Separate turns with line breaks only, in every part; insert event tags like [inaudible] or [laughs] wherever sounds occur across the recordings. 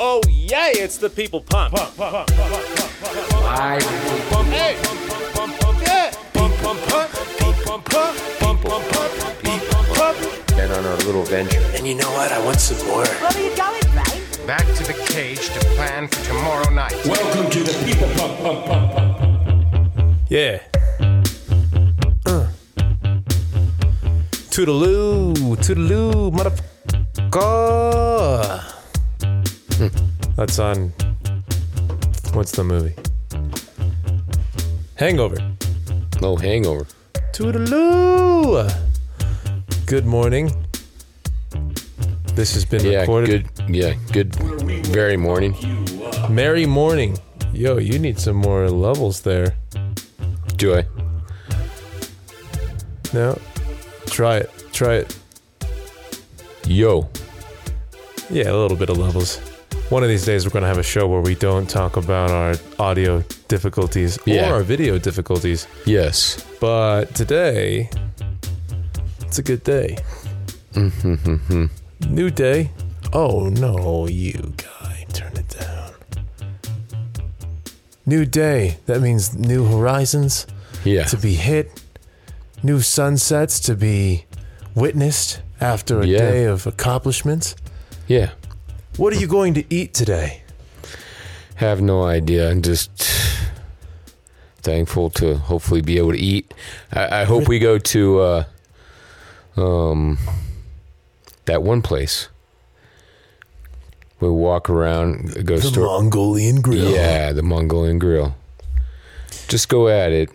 Oh yeah, it's the people pump. Pump, pump, pump, pump, pump, pump, pump. Pump, hey. Pump, pump, pump, yeah. Pump, pump, pump. Pump, pump, pump. Pump, pump, pump. Pump, pump, pump.
and on our little venture.
And you know what? I want some more.
Where are you going, Ray?
Back to the cage to plan for tomorrow night.
Welcome to the People Pump Pump Pump Pump.
Yeah. Uh. Toodaloo, toodaloo, motherfucker. Hmm. That's on. What's the movie? Hangover.
No hangover.
Toodaloo. Good morning. This has been
Yeah,
recorded.
good. Yeah, good. Very morning.
Merry morning. Yo, you need some more levels there.
Do I?
No? Try it. Try it.
Yo.
Yeah, a little bit of levels. One of these days, we're going to have a show where we don't talk about our audio difficulties
Yeah.
or our video difficulties.
Yes.
But today, it's a good day. New day. Oh no, you guy, turn it down. New day. That means new horizons
Yeah.
to be hit, new sunsets to be witnessed after a
Yeah.
day of accomplishments.
Yeah.
What are you going to eat today?
Have no idea. I'm just thankful to hopefully be able to eat. I, I hope we go to uh, um that one place. We walk around, go
The
store.
Mongolian grill.
[laughs] Yeah, the Mongolian grill. Just go at it.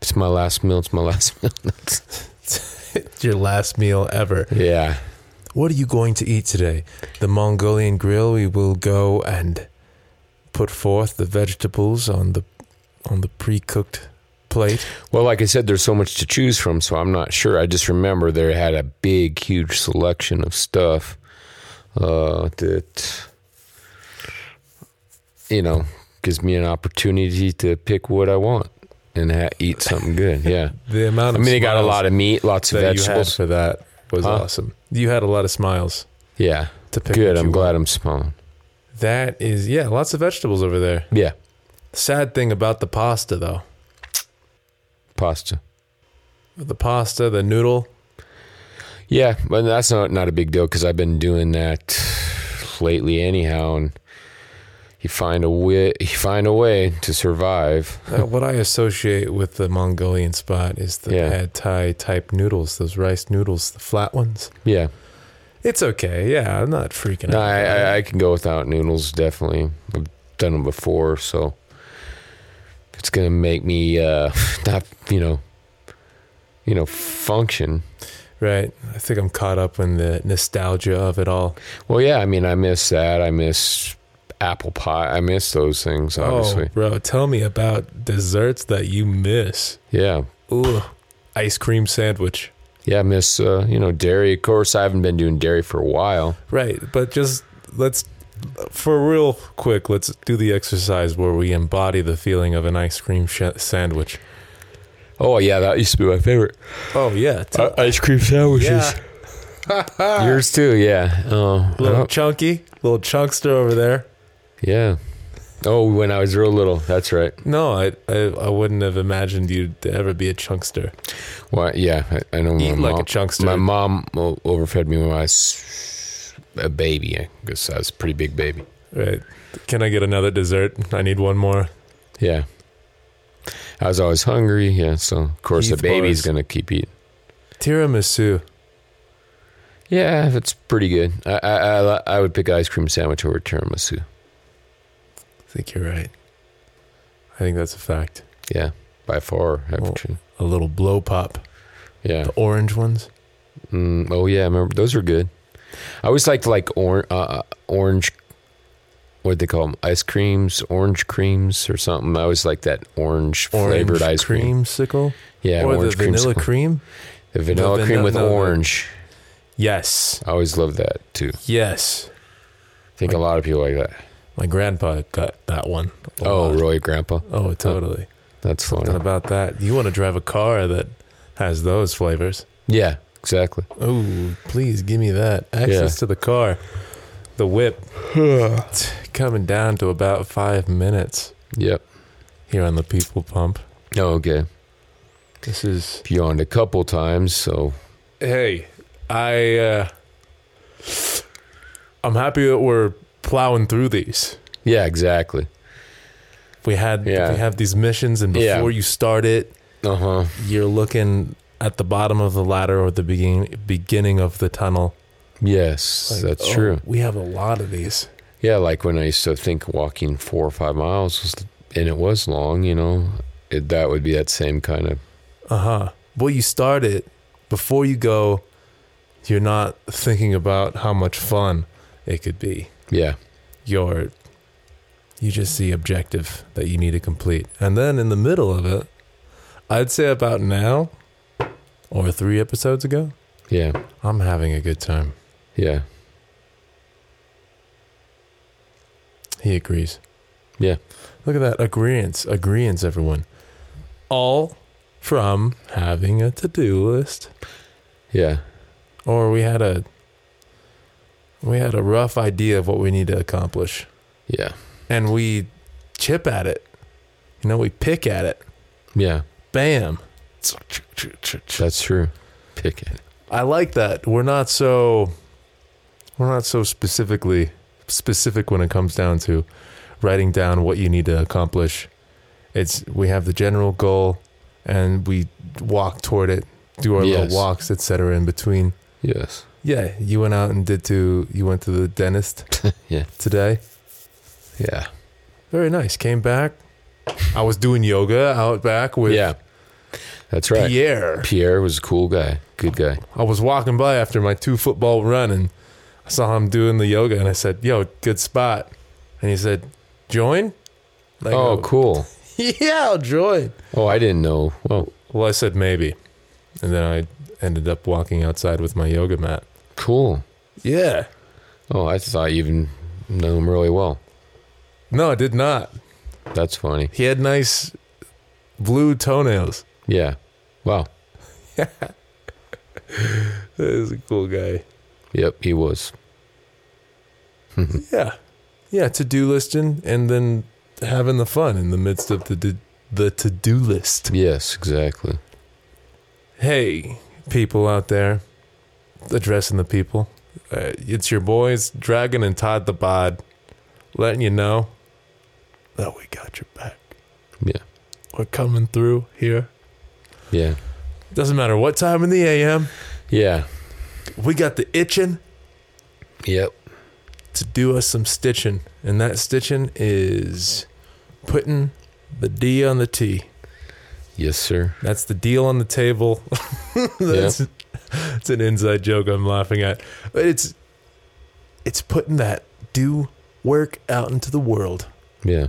It's my last meal. It's my last meal. [laughs]
It's your last meal ever.
yeah.
What are you going to eat today? The Mongolian grill. We will go and put forth the vegetables on the on the pre-cooked plate.
Well, like I said, there's so much to choose from, so I'm not sure. I just remember there had a big, huge selection of stuff uh, that, you know, gives me an opportunity to pick what I want and ha- eat something good. Yeah.
The amount
I
of
mean, it got a
smiles
lot of meat, lots of
that you had
vegetables.
for that was
Huh?
awesome. You had a lot of smiles
Yeah.
to pick.
Good.
what
I'm
you
glad I'm smiling.
want. That is yeah, lots of vegetables over there.
Yeah.
Sad thing about the pasta though.
Pasta.
The pasta, the noodle.
Yeah, but that's not not a big deal because I've been doing that lately anyhow, and you find a way you find a way to survive.
Uh, what I associate with the Mongolian spot is the
Yeah.
pad Thai type noodles, those rice noodles, the flat ones.
Yeah,
It's okay. Yeah, I'm not freaking
no,
out.
I, I I can go without noodles definitely. I've done them before, so it's gonna make me uh, [laughs] not you know you know function.
Right. I think I'm caught up in the nostalgia of it all.
Well, yeah, I mean I miss that. I miss apple pie. I miss those things obviously.
Oh, bro, tell me about desserts that you miss.
Yeah,
Ooh, ice cream sandwich.
yeah, I miss uh, you know dairy. Of course, I haven't been doing dairy for a while.
Right, but just let's for real quick, let's do the exercise where we embody the feeling of an ice cream sh- sandwich.
Oh yeah, that used to be my favorite Uh,
Oh yeah, tell-
ice cream sandwiches.
yeah.
Yours too, yeah. Oh, I
little
don't-
chunky, little chunkster over there.
yeah. Oh, when I was real little, that's right.
No, I, I I wouldn't have imagined you'd ever be a chunkster.
Well, yeah, I, I know.
Eat
my
like a
mom,
chunkster.
My mom o- overfed me when I was a baby. I guess I was a pretty big baby.
Right? Can I get another dessert? I need one more.
Yeah. I was always hungry. Yeah, so of course
Heath
the baby's
bars.
gonna keep eating.
Tiramisu.
Yeah, that's pretty good. I I, I, li- I would pick ice cream sandwich over tiramisu.
I think you're right. I think that's a fact.
Yeah, by far. I
Well-
would choose-
A little blow pop,
Yeah.
the orange ones.
Mm, oh yeah, I remember those were good. I always liked like or, uh, orange. What did they call them? Ice creams, orange creams, or something. I always liked that orange, flavored ice cream.
creamsicle.
Yeah,
or the
orange cream.
vanilla
cream.
cream.
The vanilla
the
cream with
vanilla- no, the-
orange.
Yes,
I always loved that too.
yes.
I think a lot of people like that.
My grandpa got that one. a
Oh,
lot.
really, Grandpa?
oh, totally.
That's
And
funny.
about that, you want to drive a car that has those flavors.
Yeah, exactly.
Oh, please give me that access
Yeah.
to the car, the whip. It's coming down to about five minutes
Yep.
here on the People Pump.
Okay.
This is
Yawned a couple times, so
hey, I uh, I'm happy that we're plowing through these.
yeah, exactly.
We had
Yeah.
we have these missions, and
Yeah.
before you start it,
Uh huh.
you're looking at the bottom of the ladder or the beginning beginning of the tunnel.
Yes,
Like,
that's
oh,
true.
We have a lot of these.
Yeah, like when I used to think walking four or five miles was, and it was long, you know, it, that would be that same kind of
Uh huh. Well, you start it before you go. You're not thinking about how much fun it could be.
yeah,
You're you just see objective that you need to complete, and then in the middle of it, I'd say about now or three episodes ago,
yeah,
I'm having a good time.
yeah,
He agrees.
yeah.
Look at that agreeance, agreeance, everyone. All from having a to-do list.
Yeah.
or we had a we had a rough idea of what we need to accomplish
Yeah.
and we chip at it you know we pick at it
Yeah.
bam
That's true. Pick it.
i like that we're not so we're not so specifically specific when it comes down to writing down what you need to accomplish it's we have the general goal and we walk toward it do our
Yes.
little walks etc in between
Yes.
yeah you went out and did to you went to the dentist
[laughs] Yeah.
today
Yeah.
Very nice. Came back. I was doing yoga out back with
yeah. That's right. Pierre.
Pierre.
was a cool guy. Good guy.
I was walking by after my two football run and I saw him doing the yoga and I said, Yo, good spot. And he said, Join? Like,
Oh, cool.
[laughs] Yeah, I'll join.
Oh, I didn't know. Well,
Well, I said, Maybe. And then I ended up walking outside with my yoga mat.
cool.
Yeah.
Oh, I thought you even knew him really well.
No, I did not.
That's funny.
He had nice blue toenails.
Yeah. Wow.
He was a cool guy.
Yep, he was.
Yeah, yeah. To do listing and then having the fun in the midst of the to- the to do list.
Yes, exactly.
Hey, people out there, addressing the people. Uh, it's your boys, Dragon and Todd the Bod, letting you know that we got your back.
Yeah.
We're coming through here.
Yeah.
Doesn't matter what time in the AM.
Yeah.
We got the itching
Yep.
to do us some stitching, and that stitching is putting the D on the T.
Yes, sir.
That's the deal on the table. [laughs] That's it's an inside joke I'm laughing at. But it's it's putting that do work out into the world.
Yeah.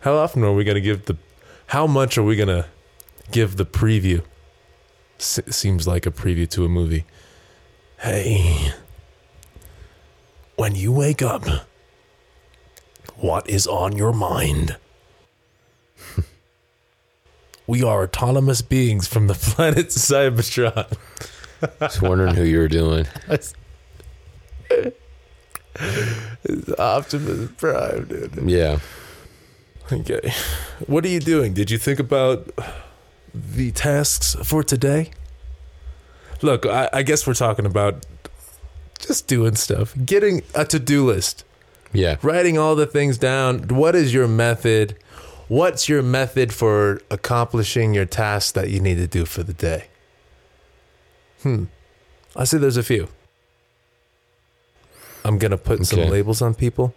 How often are we going to give the how much are we going to give the preview? S- seems like a preview to a movie. Hey. When you wake up, what is on your mind? [laughs] we are autonomous beings from the [laughs] planet Cybertron.
I was wondering who you were doing.
Optimus Prime, dude.
Yeah.
Okay. What are you doing? Did you think about the tasks for today? Look, I, I guess we're talking about just doing stuff, getting a to do list,
Yeah.
writing all the things down. What is your method? What's your method for accomplishing your tasks that you need to do for the day? Hmm. I see there's a few. I'm going to put some
Okay.
labels on people.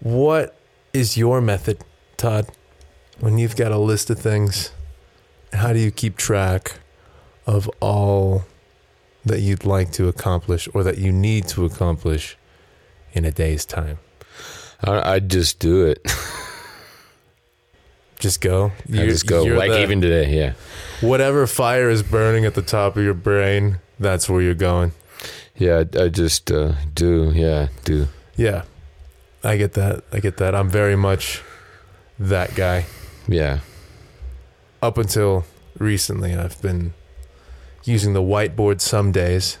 What is your method, Todd, when you've got a list of things? How do you keep track of all that you'd like to accomplish or that you need to accomplish in a day's time?
I, I'd just do it.
Just go.
I just go
you're
like
the-
even today. Yeah.
whatever fire is burning at the top of your brain. That's where you're going.
Yeah. I, I just uh, do. Yeah. Do.
Yeah, I get that. I get that. I'm very much that guy.
Yeah.
Up until recently, I've been using the whiteboard some days.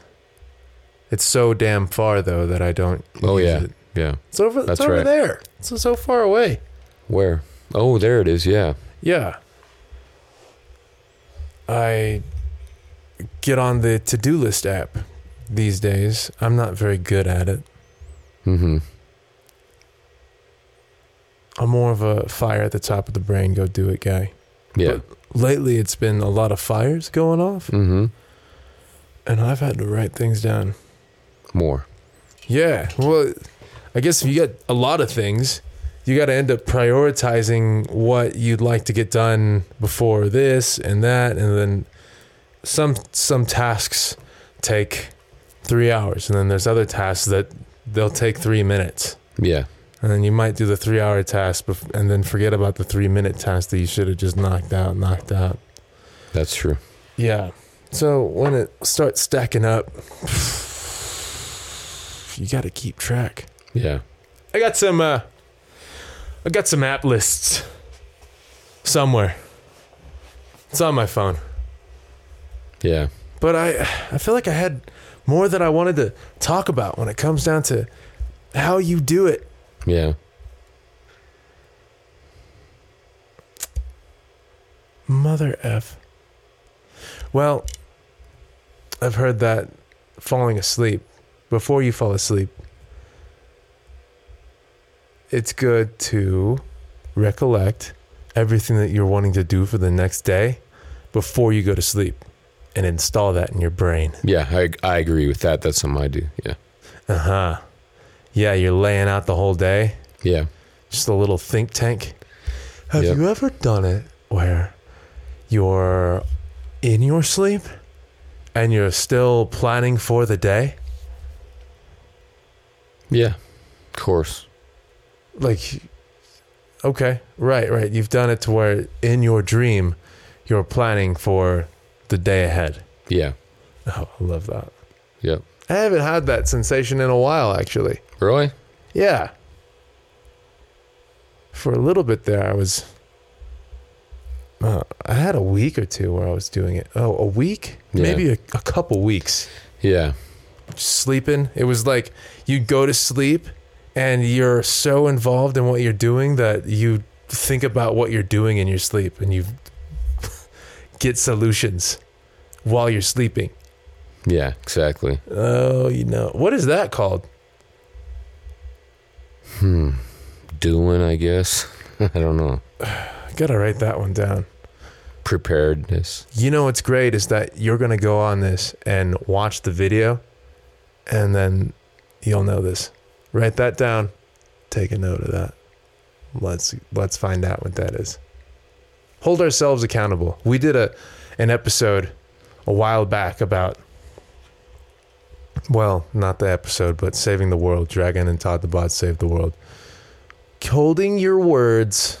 It's so damn far though that I don't.
Oh
use
yeah,
it.
yeah.
it's over.
That's
it's over
right.
there. It's so- so far away.
Where? Oh, there it is. Yeah.
Yeah. I get on the to do list app these days. I'm not very good at it.
Mm-hmm.
I'm more of a fire at the top of the brain, go do it guy.
Yeah.
Lately, it's been a lot of fires going off,
Mm-hmm.
and I've had to write things down.
More.
Yeah. Well, I guess if you get a lot of things, you got to end up prioritizing what you'd like to get done before this and that, and then some some tasks take three hours, and then there's other tasks that they'll take three minutes,
Yeah.
and then you might do the three hour task, bef- and then forget about the three minute task that you should have just knocked out, knocked out.
That's true.
Yeah. So when it starts stacking up, [sighs] you got to keep track.
Yeah.
I got some. Uh, I got some app lists somewhere. It's on my phone,
Yeah.
but I I feel like I had more that I wanted to talk about when it comes down to how you do it.
Yeah.
Mother f. Well, I've heard that falling asleep before you fall asleep, it's good to recollect everything that you're wanting to do for the next day before you go to sleep and install that in your brain.
Yeah. I I agree with that. That's something I do. Yeah.
Uh-huh. Yeah, you're laying out the whole day.
Yeah.
just a little think tank. Have
Yep.
you ever done it where you're in your sleep and you're still planning for the day?
Yeah. Of course.
Like, okay, right, right. You've done it to where in your dream you're planning for the day ahead.
Yeah.
Oh, I love that.
Yep.
I haven't had that sensation in a while, actually.
Really?
Yeah. For a little bit there, I was. Uh, I had a week or two where I was doing it. Oh, a week?
Yeah.
Maybe a, a couple weeks.
Yeah.
Just sleeping. It was like you go to sleep and you're so involved in what you're doing that you think about what you're doing in your sleep and you [laughs] get solutions while you're sleeping.
Yeah. Exactly.
Oh, you know. What is that called?
Doing, I guess. [laughs] I don't know.
I gotta write that one down.
Preparedness.
You know what's great is that you're gonna go on this and watch the video, and then you'll know this. Write that down. Take a note of that. Let's let's find out what that is. Hold ourselves accountable. We did a an episode a while back about well, not the episode, but saving the world. Dragon and Todd the Bot saved the world. Holding your words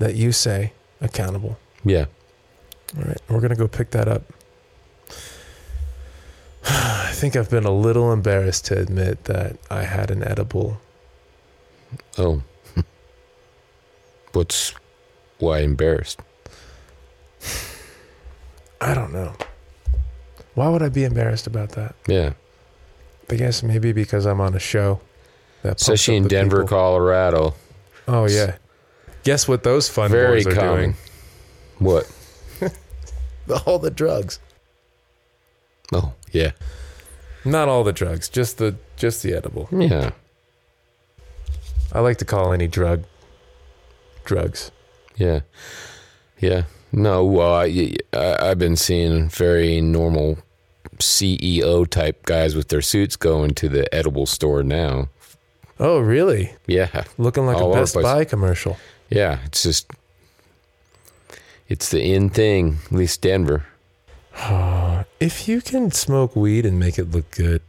that you say accountable.
Yeah.
All right, we're gonna go pick that up. [sighs] I think I've been a little embarrassed to admit that I had an edible.
Oh. [laughs] What's why embarrassed?
I don't know. Why would I be embarrassed about that?
Yeah.
I guess maybe because I'm on a show. That pumps
Especially
up
in
the
Denver,
people.
Colorado.
oh yeah. Guess what those fun
Very
boys are
common. What?
doing? [laughs] All the drugs.
Oh, yeah.
Not all the drugs, just the just the edible.
Yeah.
I like to call any drug drugs.
Yeah. Yeah. No, well, I, I, I've been seeing very normal CEO type guys with their suits going to the edible store now.
Oh really?
Yeah.
Looking like
All
a
over
Best
the place.
Buy commercial.
Yeah. It's just, it's the in thing, at least Denver.
If you can smoke weed and make it look good,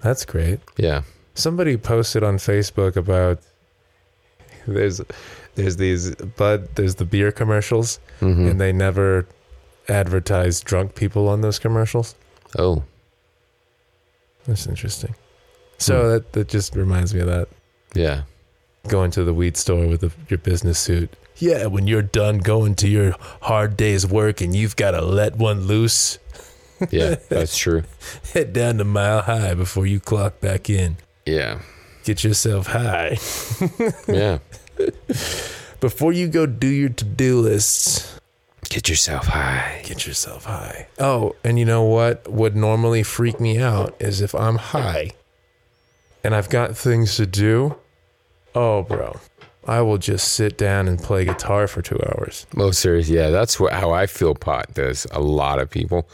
that's great.
Yeah.
Somebody posted on Facebook about there's there's these bud there's the beer commercials
hmm
and they never advertise drunk people on those commercials.
Oh,
That's interesting. So that that just reminds me of that
yeah.
going to the weed store with the, your business suit. Yeah, when you're done going to your hard day's work and you've got to let one loose, [laughs]
Yeah, that's true.
head down to mile high before you clock back in.
Yeah.
Get yourself high.
Yeah.
Before you go do your to do lists,
Get yourself high.
get yourself high. Oh, and you know what would normally freak me out is if I'm high and I've got things to do. Oh, bro. I will just sit down and play guitar for two hours.
Oh, serious. Yeah, that's what, how I feel pot does a lot of people.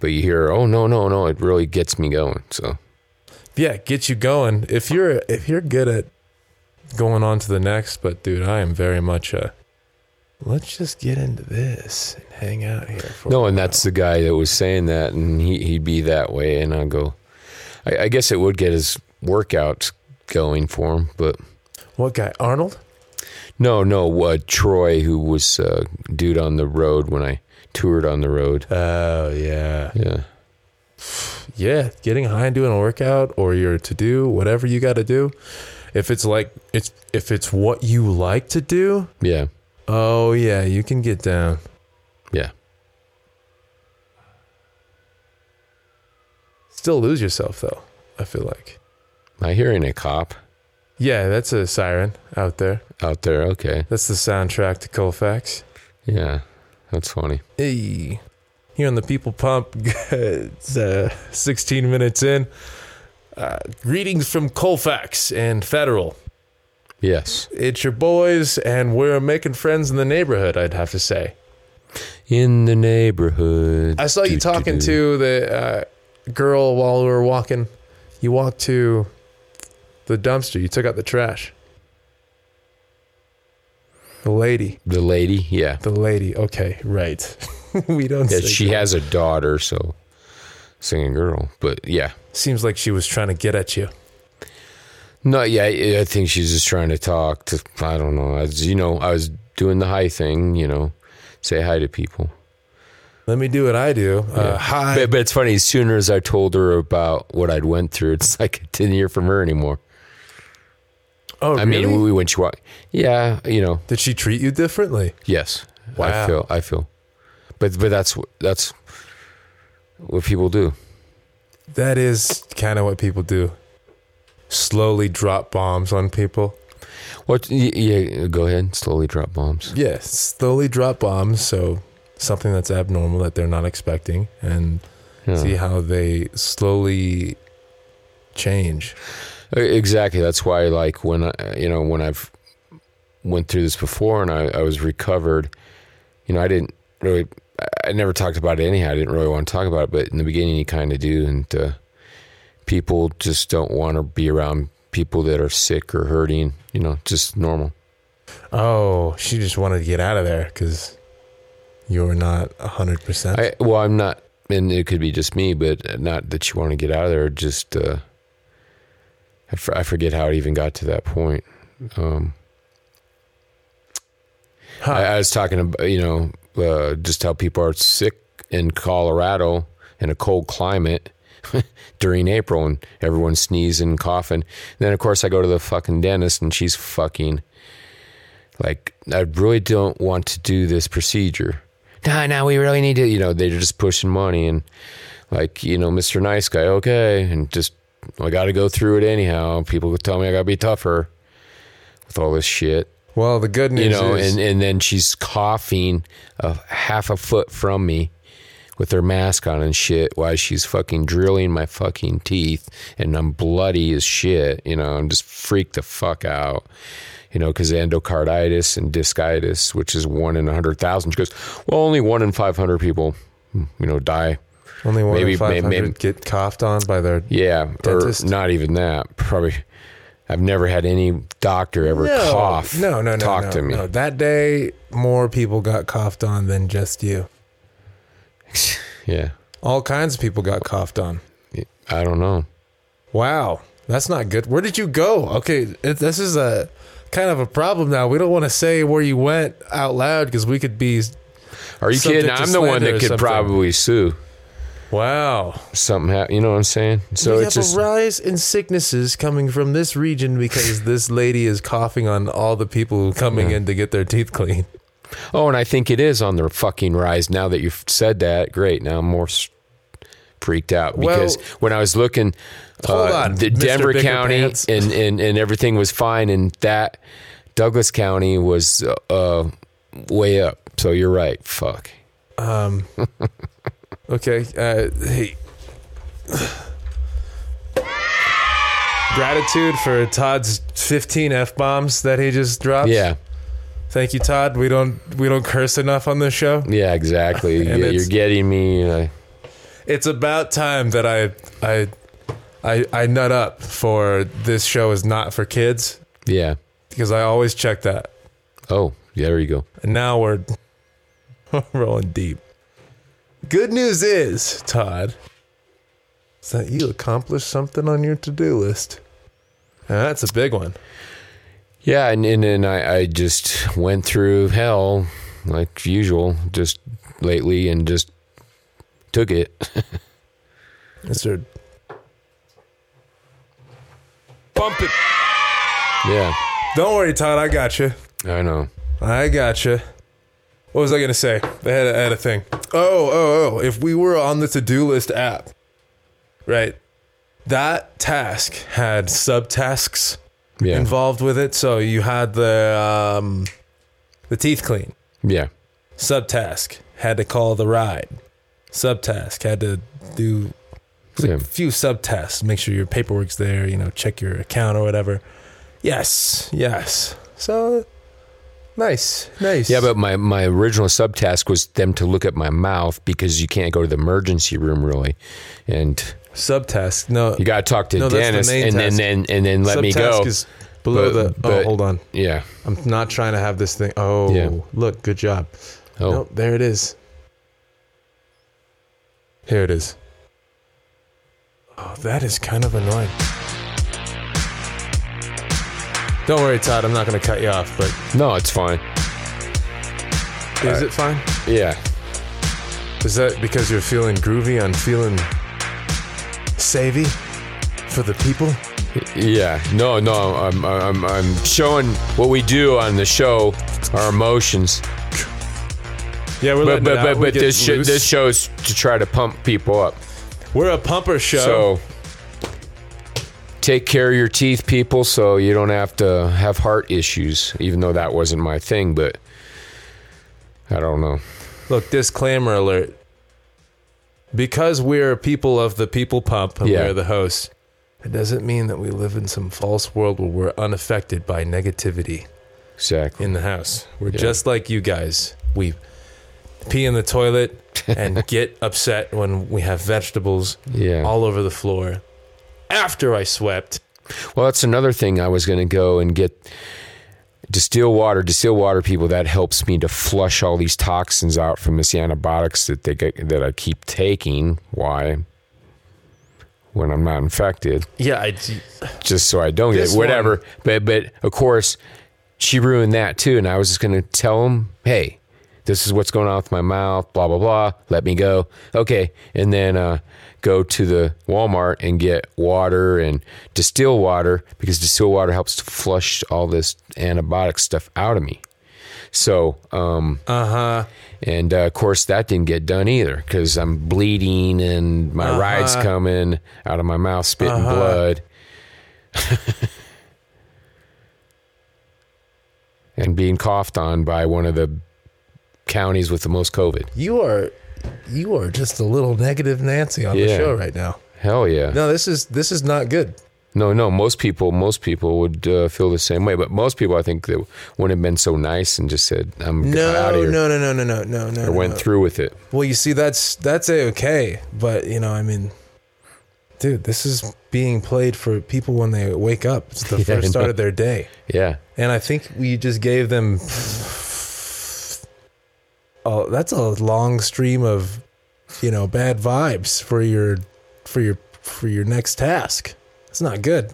But you hear, oh, no, no, no, it really gets me going. So,
yeah, get you going. If you're if you're good at going on to the next, but dude, I am very much a let's just get into this and hang out here for
no, and that's the guy that was saying that, and he, he'd be that way. And I go, I, I guess it would get his workouts going for him. But
what guy? Arnold?
no, no, uh, Troy, who was uh, dude on the road when I toured on the road.
Oh yeah.
Yeah.
Yeah, getting high and doing a workout or your to do, whatever you gotta do. If it's like it's if it's what you like to do,
Yeah.
oh yeah, you can get down.
Yeah.
Still lose yourself though, I feel like.
Am I hearing a cop
Yeah, that's a siren out there.
out there? Okay.
That's the soundtrack to Colfax.
Yeah. That's funny.
Hey, here on the People Pump, it's uh, 16 minutes in. Uh, greetings from Colfax and Federal.
Yes.
It's your boys, and we're making friends in the neighborhood, I'd have to say.
In the neighborhood.
I saw you
Do, do,
talking
do.
to the uh, girl while we were walking. You walked to the dumpster, you took out the trash. The lady.
The lady, yeah.
The lady. Okay, right. [laughs] we don't
yeah
say
she
girl.
has a daughter, so singing girl. But yeah.
Seems like she was trying to get at you.
No, yeah, I I think she's just trying to talk to I don't know. As you know, I was doing the hi thing, you know. Say hi to people.
Let me do what I do. Uh, hi.
But, but it's funny, as soon as I told her about what I'd went through, it's [laughs] like I didn't hear from her anymore.
Oh,
I mean, we when she walked, yeah, you know,
did she treat you differently?
Yes.
Wow.
I feel. I feel. But but that's wh- that's what people do.
That is kind of what people do. Slowly drop bombs on people.
What? y- Yeah. Go ahead. Slowly drop bombs.
Yeah, slowly drop bombs. So something that's abnormal that they're not expecting, and
Yeah.
see how they slowly change.
E- Exactly. That's why, like, when I, you know, when I've went through this before and I, I was recovered, you know, I didn't really, I- I never talked about it anyhow. I didn't really want to talk about it, but in the beginning, you kind of do, and uh, people just don't want to be around people that are sick or hurting. You know, just normal.
Oh, she just wanted to get out of there because you were not hundred percent.
I well, I'm not, and it could be just me, but not that you want to get out of there. Just uh, I, f- I forget how it even got to that point. Um, I, I was talking about you know uh, just how people are sick in Colorado in a cold climate [laughs] during April, and everyone's sneezing, and coughing. then of course I go to the fucking dentist, and she's fucking like I really don't want to do this procedure. No, no, we really need to. You know, they're just pushing money and like you know, Mister Nice Guy, okay, and just I got to go through it anyhow. People would tell me I got to be tougher with all this shit,
Well, the good news,
you know.
is,
And and then she's coughing a half a foot from me with her mask on and shit while she's fucking drilling my fucking teeth and I'm bloody as shit, you know, I'm just freaked the fuck out, you know, because endocarditis and discitis, which is one in a 100,000. She goes, well, only one in 500 people, you know, die.
only one
maybe-
in five
maybe-
hundred get coughed on by their
Yeah.
Dentist?
Or not even that. Probably. I've never had any doctor ever cough.
No, no, no.
Talk
no,
to me.
No. That day, more people got coughed on than just you.
Yeah.
All kinds of people got coughed on.
I don't know.
Wow, that's not good. Where did you go? Okay, it, this is a kind of a problem now. We don't want to say where you went out loud because we could be.
Are you
Subject
kidding?
to
I'm the one
slander or
that could
something.
probably sue.
Wow.
something happened. You know what I'm saying? So
we
it's
have
just
a rise in sicknesses coming from this region because this lady is coughing on all the people coming in to get their teeth cleaned.
oh, and I think it is on the fucking rise now that you've said that. Great, now I'm more s- freaked out
Well-
because when I was looking, uh,
Hold on,
the
Mr.
Denver
Bigger
County
Pants.
and, and and everything was fine, and that Douglas County was uh, uh, way up. So you're right. Fuck.
Okay. Uh, hey. Gratitude for Todd's 15 f bombs that he just dropped.
Yeah.
Thank you, Todd. We don't we don't curse enough on this show.
Yeah.
[laughs]
Exactly.
And
yeah,
it's-
you're getting me. Uh,
It's about time that I I I, I nut up for this show is not for kids
yeah.
because I always check that.
Oh, yeah, there you go.
And now we're [laughs] rolling deep. Good news is, Todd, is that you accomplished something on your to-do list. Now, that's a big one.
Yeah, and and, and I, I just went through hell like usual, just lately, and just took it.
Is there
Bump it.
yeah,
Don't worry, Todd. I got you.
I know.
I got you. What was I gonna say? I had a, I had a thing. Oh, oh, oh! If we were on the to-do list app, right? That task had subtasks
Yeah,
involved with it. So you had the um, the teeth clean
yeah,
subtask. Had to call the ride subtask. Had to do
yeah.
a few subtasks. Make sure your paperwork's there. You know, check your account or whatever. Yes, yes. So nice, nice.
Yeah, but my, my original subtask was them to look at my mouth because you can't go to the emergency room really, and
subtask. No,
you got to talk to
No, that's the
Dennis
main
and then,
task.
then and then let
subtask
me go.
is below
But-
the. Oh,
but-
hold on.
yeah.
I'm not trying to have this thing. Oh,
Yeah.
look, good job.
Oh,
Nope, there it is. Here it is. Oh, that is kind of annoying. Don't worry, Todd. I'm not going to cut you off, but
no, it's fine.
is it fine?
Yeah,
Is that because you're feeling groovy? I'm feeling savvy for the people.
yeah. No, no. I'm I'm I'm showing what we do on the show, our emotions.
Yeah, we're
but
letting it
but
out.
but,
We
but
get
this sh-
loose.
this show's to try to pump people up.
we're a pumper show.
So take care of your teeth, people, so you don't have to have heart issues. Even though that wasn't my thing, but I don't know.
Look, disclaimer alert. Because we're people of the people pump and
Yeah.
we're the hosts, it doesn't mean that we live in some false world where we're unaffected by negativity
Exactly.
in the house. We're
Yeah.
just like you guys. We pee in the
[laughs]
toilet and get upset when we have vegetables
Yeah.
all over the floor after I swept.
Well, that's another thing I was going to go and get distilled water. Distilled water, people, that helps me to flush all these toxins out from this antibiotics that they get, that I keep taking. Why? When I'm not infected.
Yeah, I,
just so I don't
This
get
one-
whatever. But but of course, she ruined that too. And I was just gonna tell him, hey, this is what's going on with my mouth. Blah blah blah. Let me go. Okay, and then uh, go to the Walmart and get water and distill water because distill water helps to flush all this antibiotic stuff out of me. So, um, uh
Uh-huh.
huh, and uh, of course that didn't get done either because I'm bleeding and my ride's
Uh-huh.
coming out of my mouth, spitting blood. and being coughed on by one of the counties with the most COVID.
you are you are just a little negative Nancy on the
Yeah.
show right now.
Hell yeah. No,
No, this is this is not good.
no, most people, most people would uh, feel the same way, but most people I think that wouldn't have been so nice and just said, "I'm out of
No,
here."
no, no, no, no, no, no, no.
Or went through with it.
Well, you see, that's that's a okay, but you know, I mean, dude, this is being played for people when they wake up. It's the
[laughs] Yeah, I
first start
know.
of their day,
Yeah.
and I think we just gave them. Oh, that's a long stream of, you know, bad vibes for your, for your, for your next task. It's not good.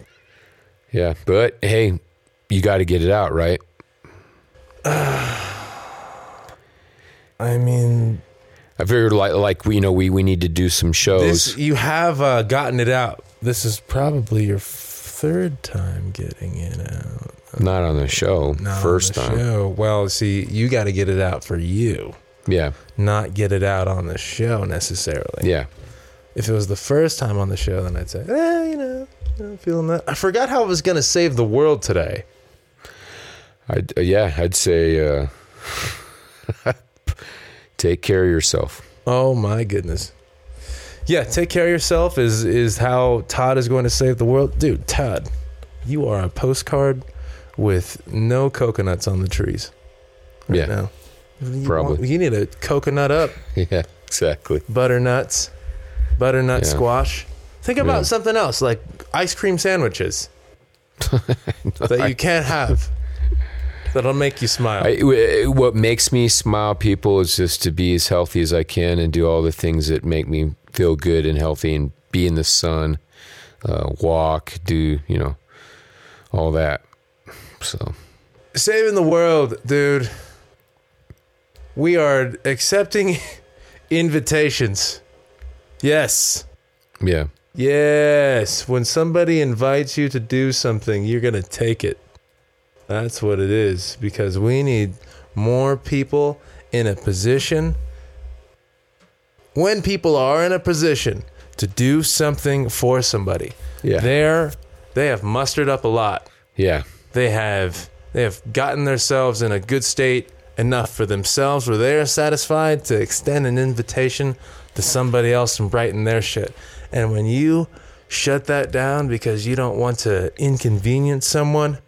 Yeah. But hey, you got to get it out, right?
I mean,
I figured like like we you know we we need to do some shows.
This, you have uh, gotten it out. This is probably your third time getting it out.
not on the show.
Not on
first
the
time.
Show. Well, see, you got to get it out for you,
Yeah.
not get it out on the show necessarily.
Yeah.
If it was the first time on the show, then I'd say, eh, you know, I'm feeling that. I forgot how I was going to save the world today.
I uh, yeah, I'd say uh [laughs] take care of yourself.
Oh my goodness. Yeah, take care of yourself is is how Todd is going to save the world. Dude, Todd, you are a postcard with no coconuts on the trees. Right
Yeah.
Now. You
Probably.
want- you need a coconut up,
[laughs] Yeah, exactly.
butternuts, butternut
Yeah.
squash. Think about
Yeah.
something else like ice cream
[laughs]
sandwiches that you can't have. That'll make you smile.
I, w- what makes me smile, people, is just to be as healthy as I can and do all the things that make me feel good and healthy and be in the sun, uh, walk, do, you know, all that. So,
saving the world, dude. We are accepting [laughs] invitations. Yes.
yeah.
Yes. When somebody invites you to do something, you're going to take it. That's what it is because we need more people in a position. When people are in a position to do something for somebody,
Yeah.
they're they have mustered up a lot
Yeah.
they have they have gotten themselves in a good state enough for themselves where they are satisfied to extend an invitation to somebody else and brighten their shit. And when you shut that down because you don't want to inconvenience someone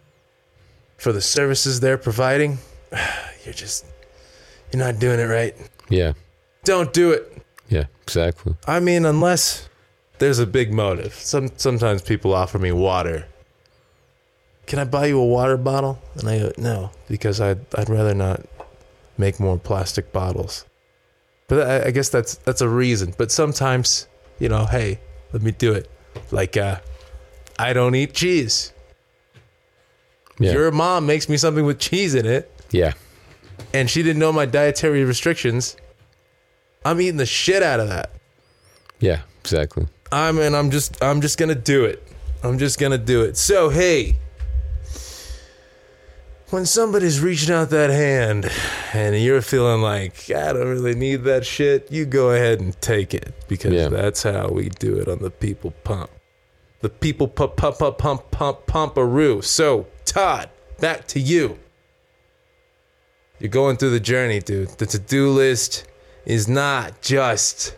for the services they're providing, [sighs] you're just you're not doing it right.
Yeah.
Don't do it.
Yeah. Exactly.
I mean, unless there's a big motive. Some sometimes people offer me water. Can I buy you a water bottle? And I go, no, because I'd I'd rather not make more plastic bottles. But I, I guess that's that's a reason. But sometimes, you know, hey, let me do it. Like, uh, I don't eat cheese.
Yeah.
Your mom makes me something with cheese in it,
yeah.
and she didn't know my dietary restrictions. I'm eating the shit out of that.
Yeah. Exactly.
I'm and I'm just I'm just gonna do it. I'm just gonna do it. So hey, when somebody's reaching out that hand and you're feeling like I don't really need that shit, you go ahead and take it because
Yeah.
that's how we do it on the People Pump. The People Pump Pump Pump Pump Pump Pumparoo. So Todd, back to you. You're going through the journey, dude. The to-do list is not just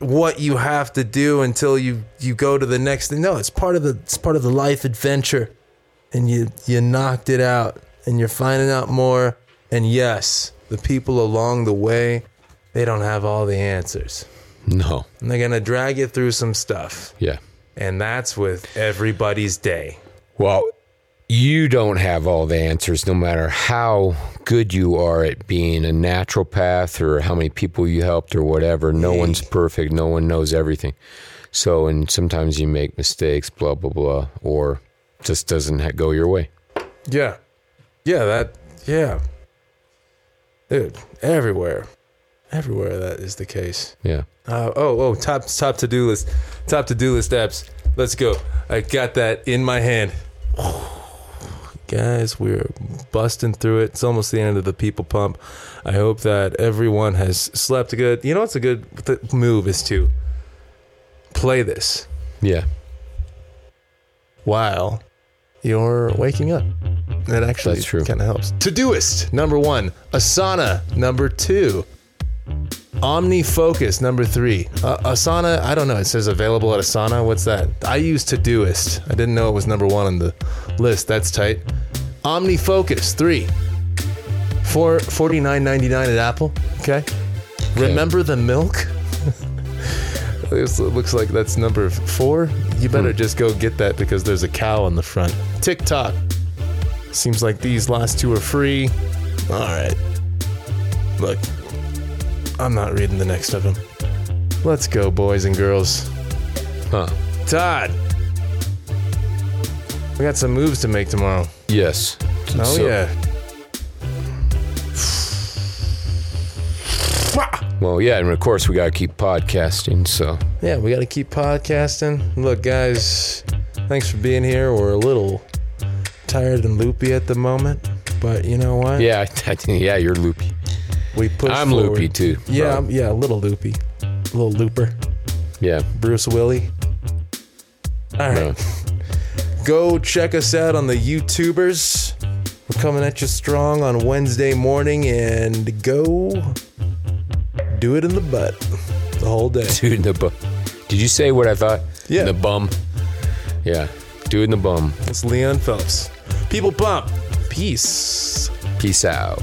what you have to do until you you go to the next thing. No, it's part of the it's part of the life adventure, and you you knocked it out, and you're finding out more. And yes, the people along the way, they don't have all the answers,
No.
and they're gonna drag you through some stuff,
Yeah.
and that's with everybody's day.
Well, you don't have all the answers, no matter how good you are at being a naturopath or how many people you helped or whatever. No one's perfect. No one knows everything. So, and sometimes you make mistakes, blah, blah, blah, or just doesn't ha- go your way.
Yeah, yeah, that yeah, dude, everywhere, everywhere that is the case.
Yeah.
Uh, oh, oh, top top to do list, top to do list apps. Let's go. I got that in my hand. [sighs] Guys, we're busting through it. It's almost the end of the people pump. I hope that everyone has slept good. You know what's a good th- move is to play this
Yeah.
while you're waking up. That actually
That's true.
kind of helps. Todoist number one, Asana number two, OmniFocus number three. Uh, Asana, I don't know. It says available at Asana. What's that? I use Todoist. I didn't know it was number one on the list. That's tight. OmniFocus three, four forty nine ninety nine at Apple. Okay. Remember the milk. This looks like that's number four. You better just go get that because there's a cow on the front. TikTok. Seems like these last two are free. All right. Look, I'm not reading the next of them. Let's go, boys and girls.
Huh.
Todd, we got some moves to make tomorrow.
Yes.
Oh,
So-
yeah.
Well, yeah, and of course we gotta keep podcasting. So
Yeah, we got to keep podcasting. Look, guys, thanks for being here. We're a little tired and loopy at the moment, but you know what?
yeah, [laughs] yeah, you're loopy.
we push.
I'm
forward.
loopy too.
Yeah,
bro.
I'm, yeah, a little loopy, a little looper.
yeah.
Bruce Willie. All right,
bro.
go check us out on the YouTubers. We're coming at you strong on Wednesday morning, and go do it in the butt the whole
[laughs]
day.
Dude in the bum. Did you say what I thought?
Yeah.
In the bum. Yeah. Dude in the bum.
It's Leon Phelps. People bump. Peace.
Peace out.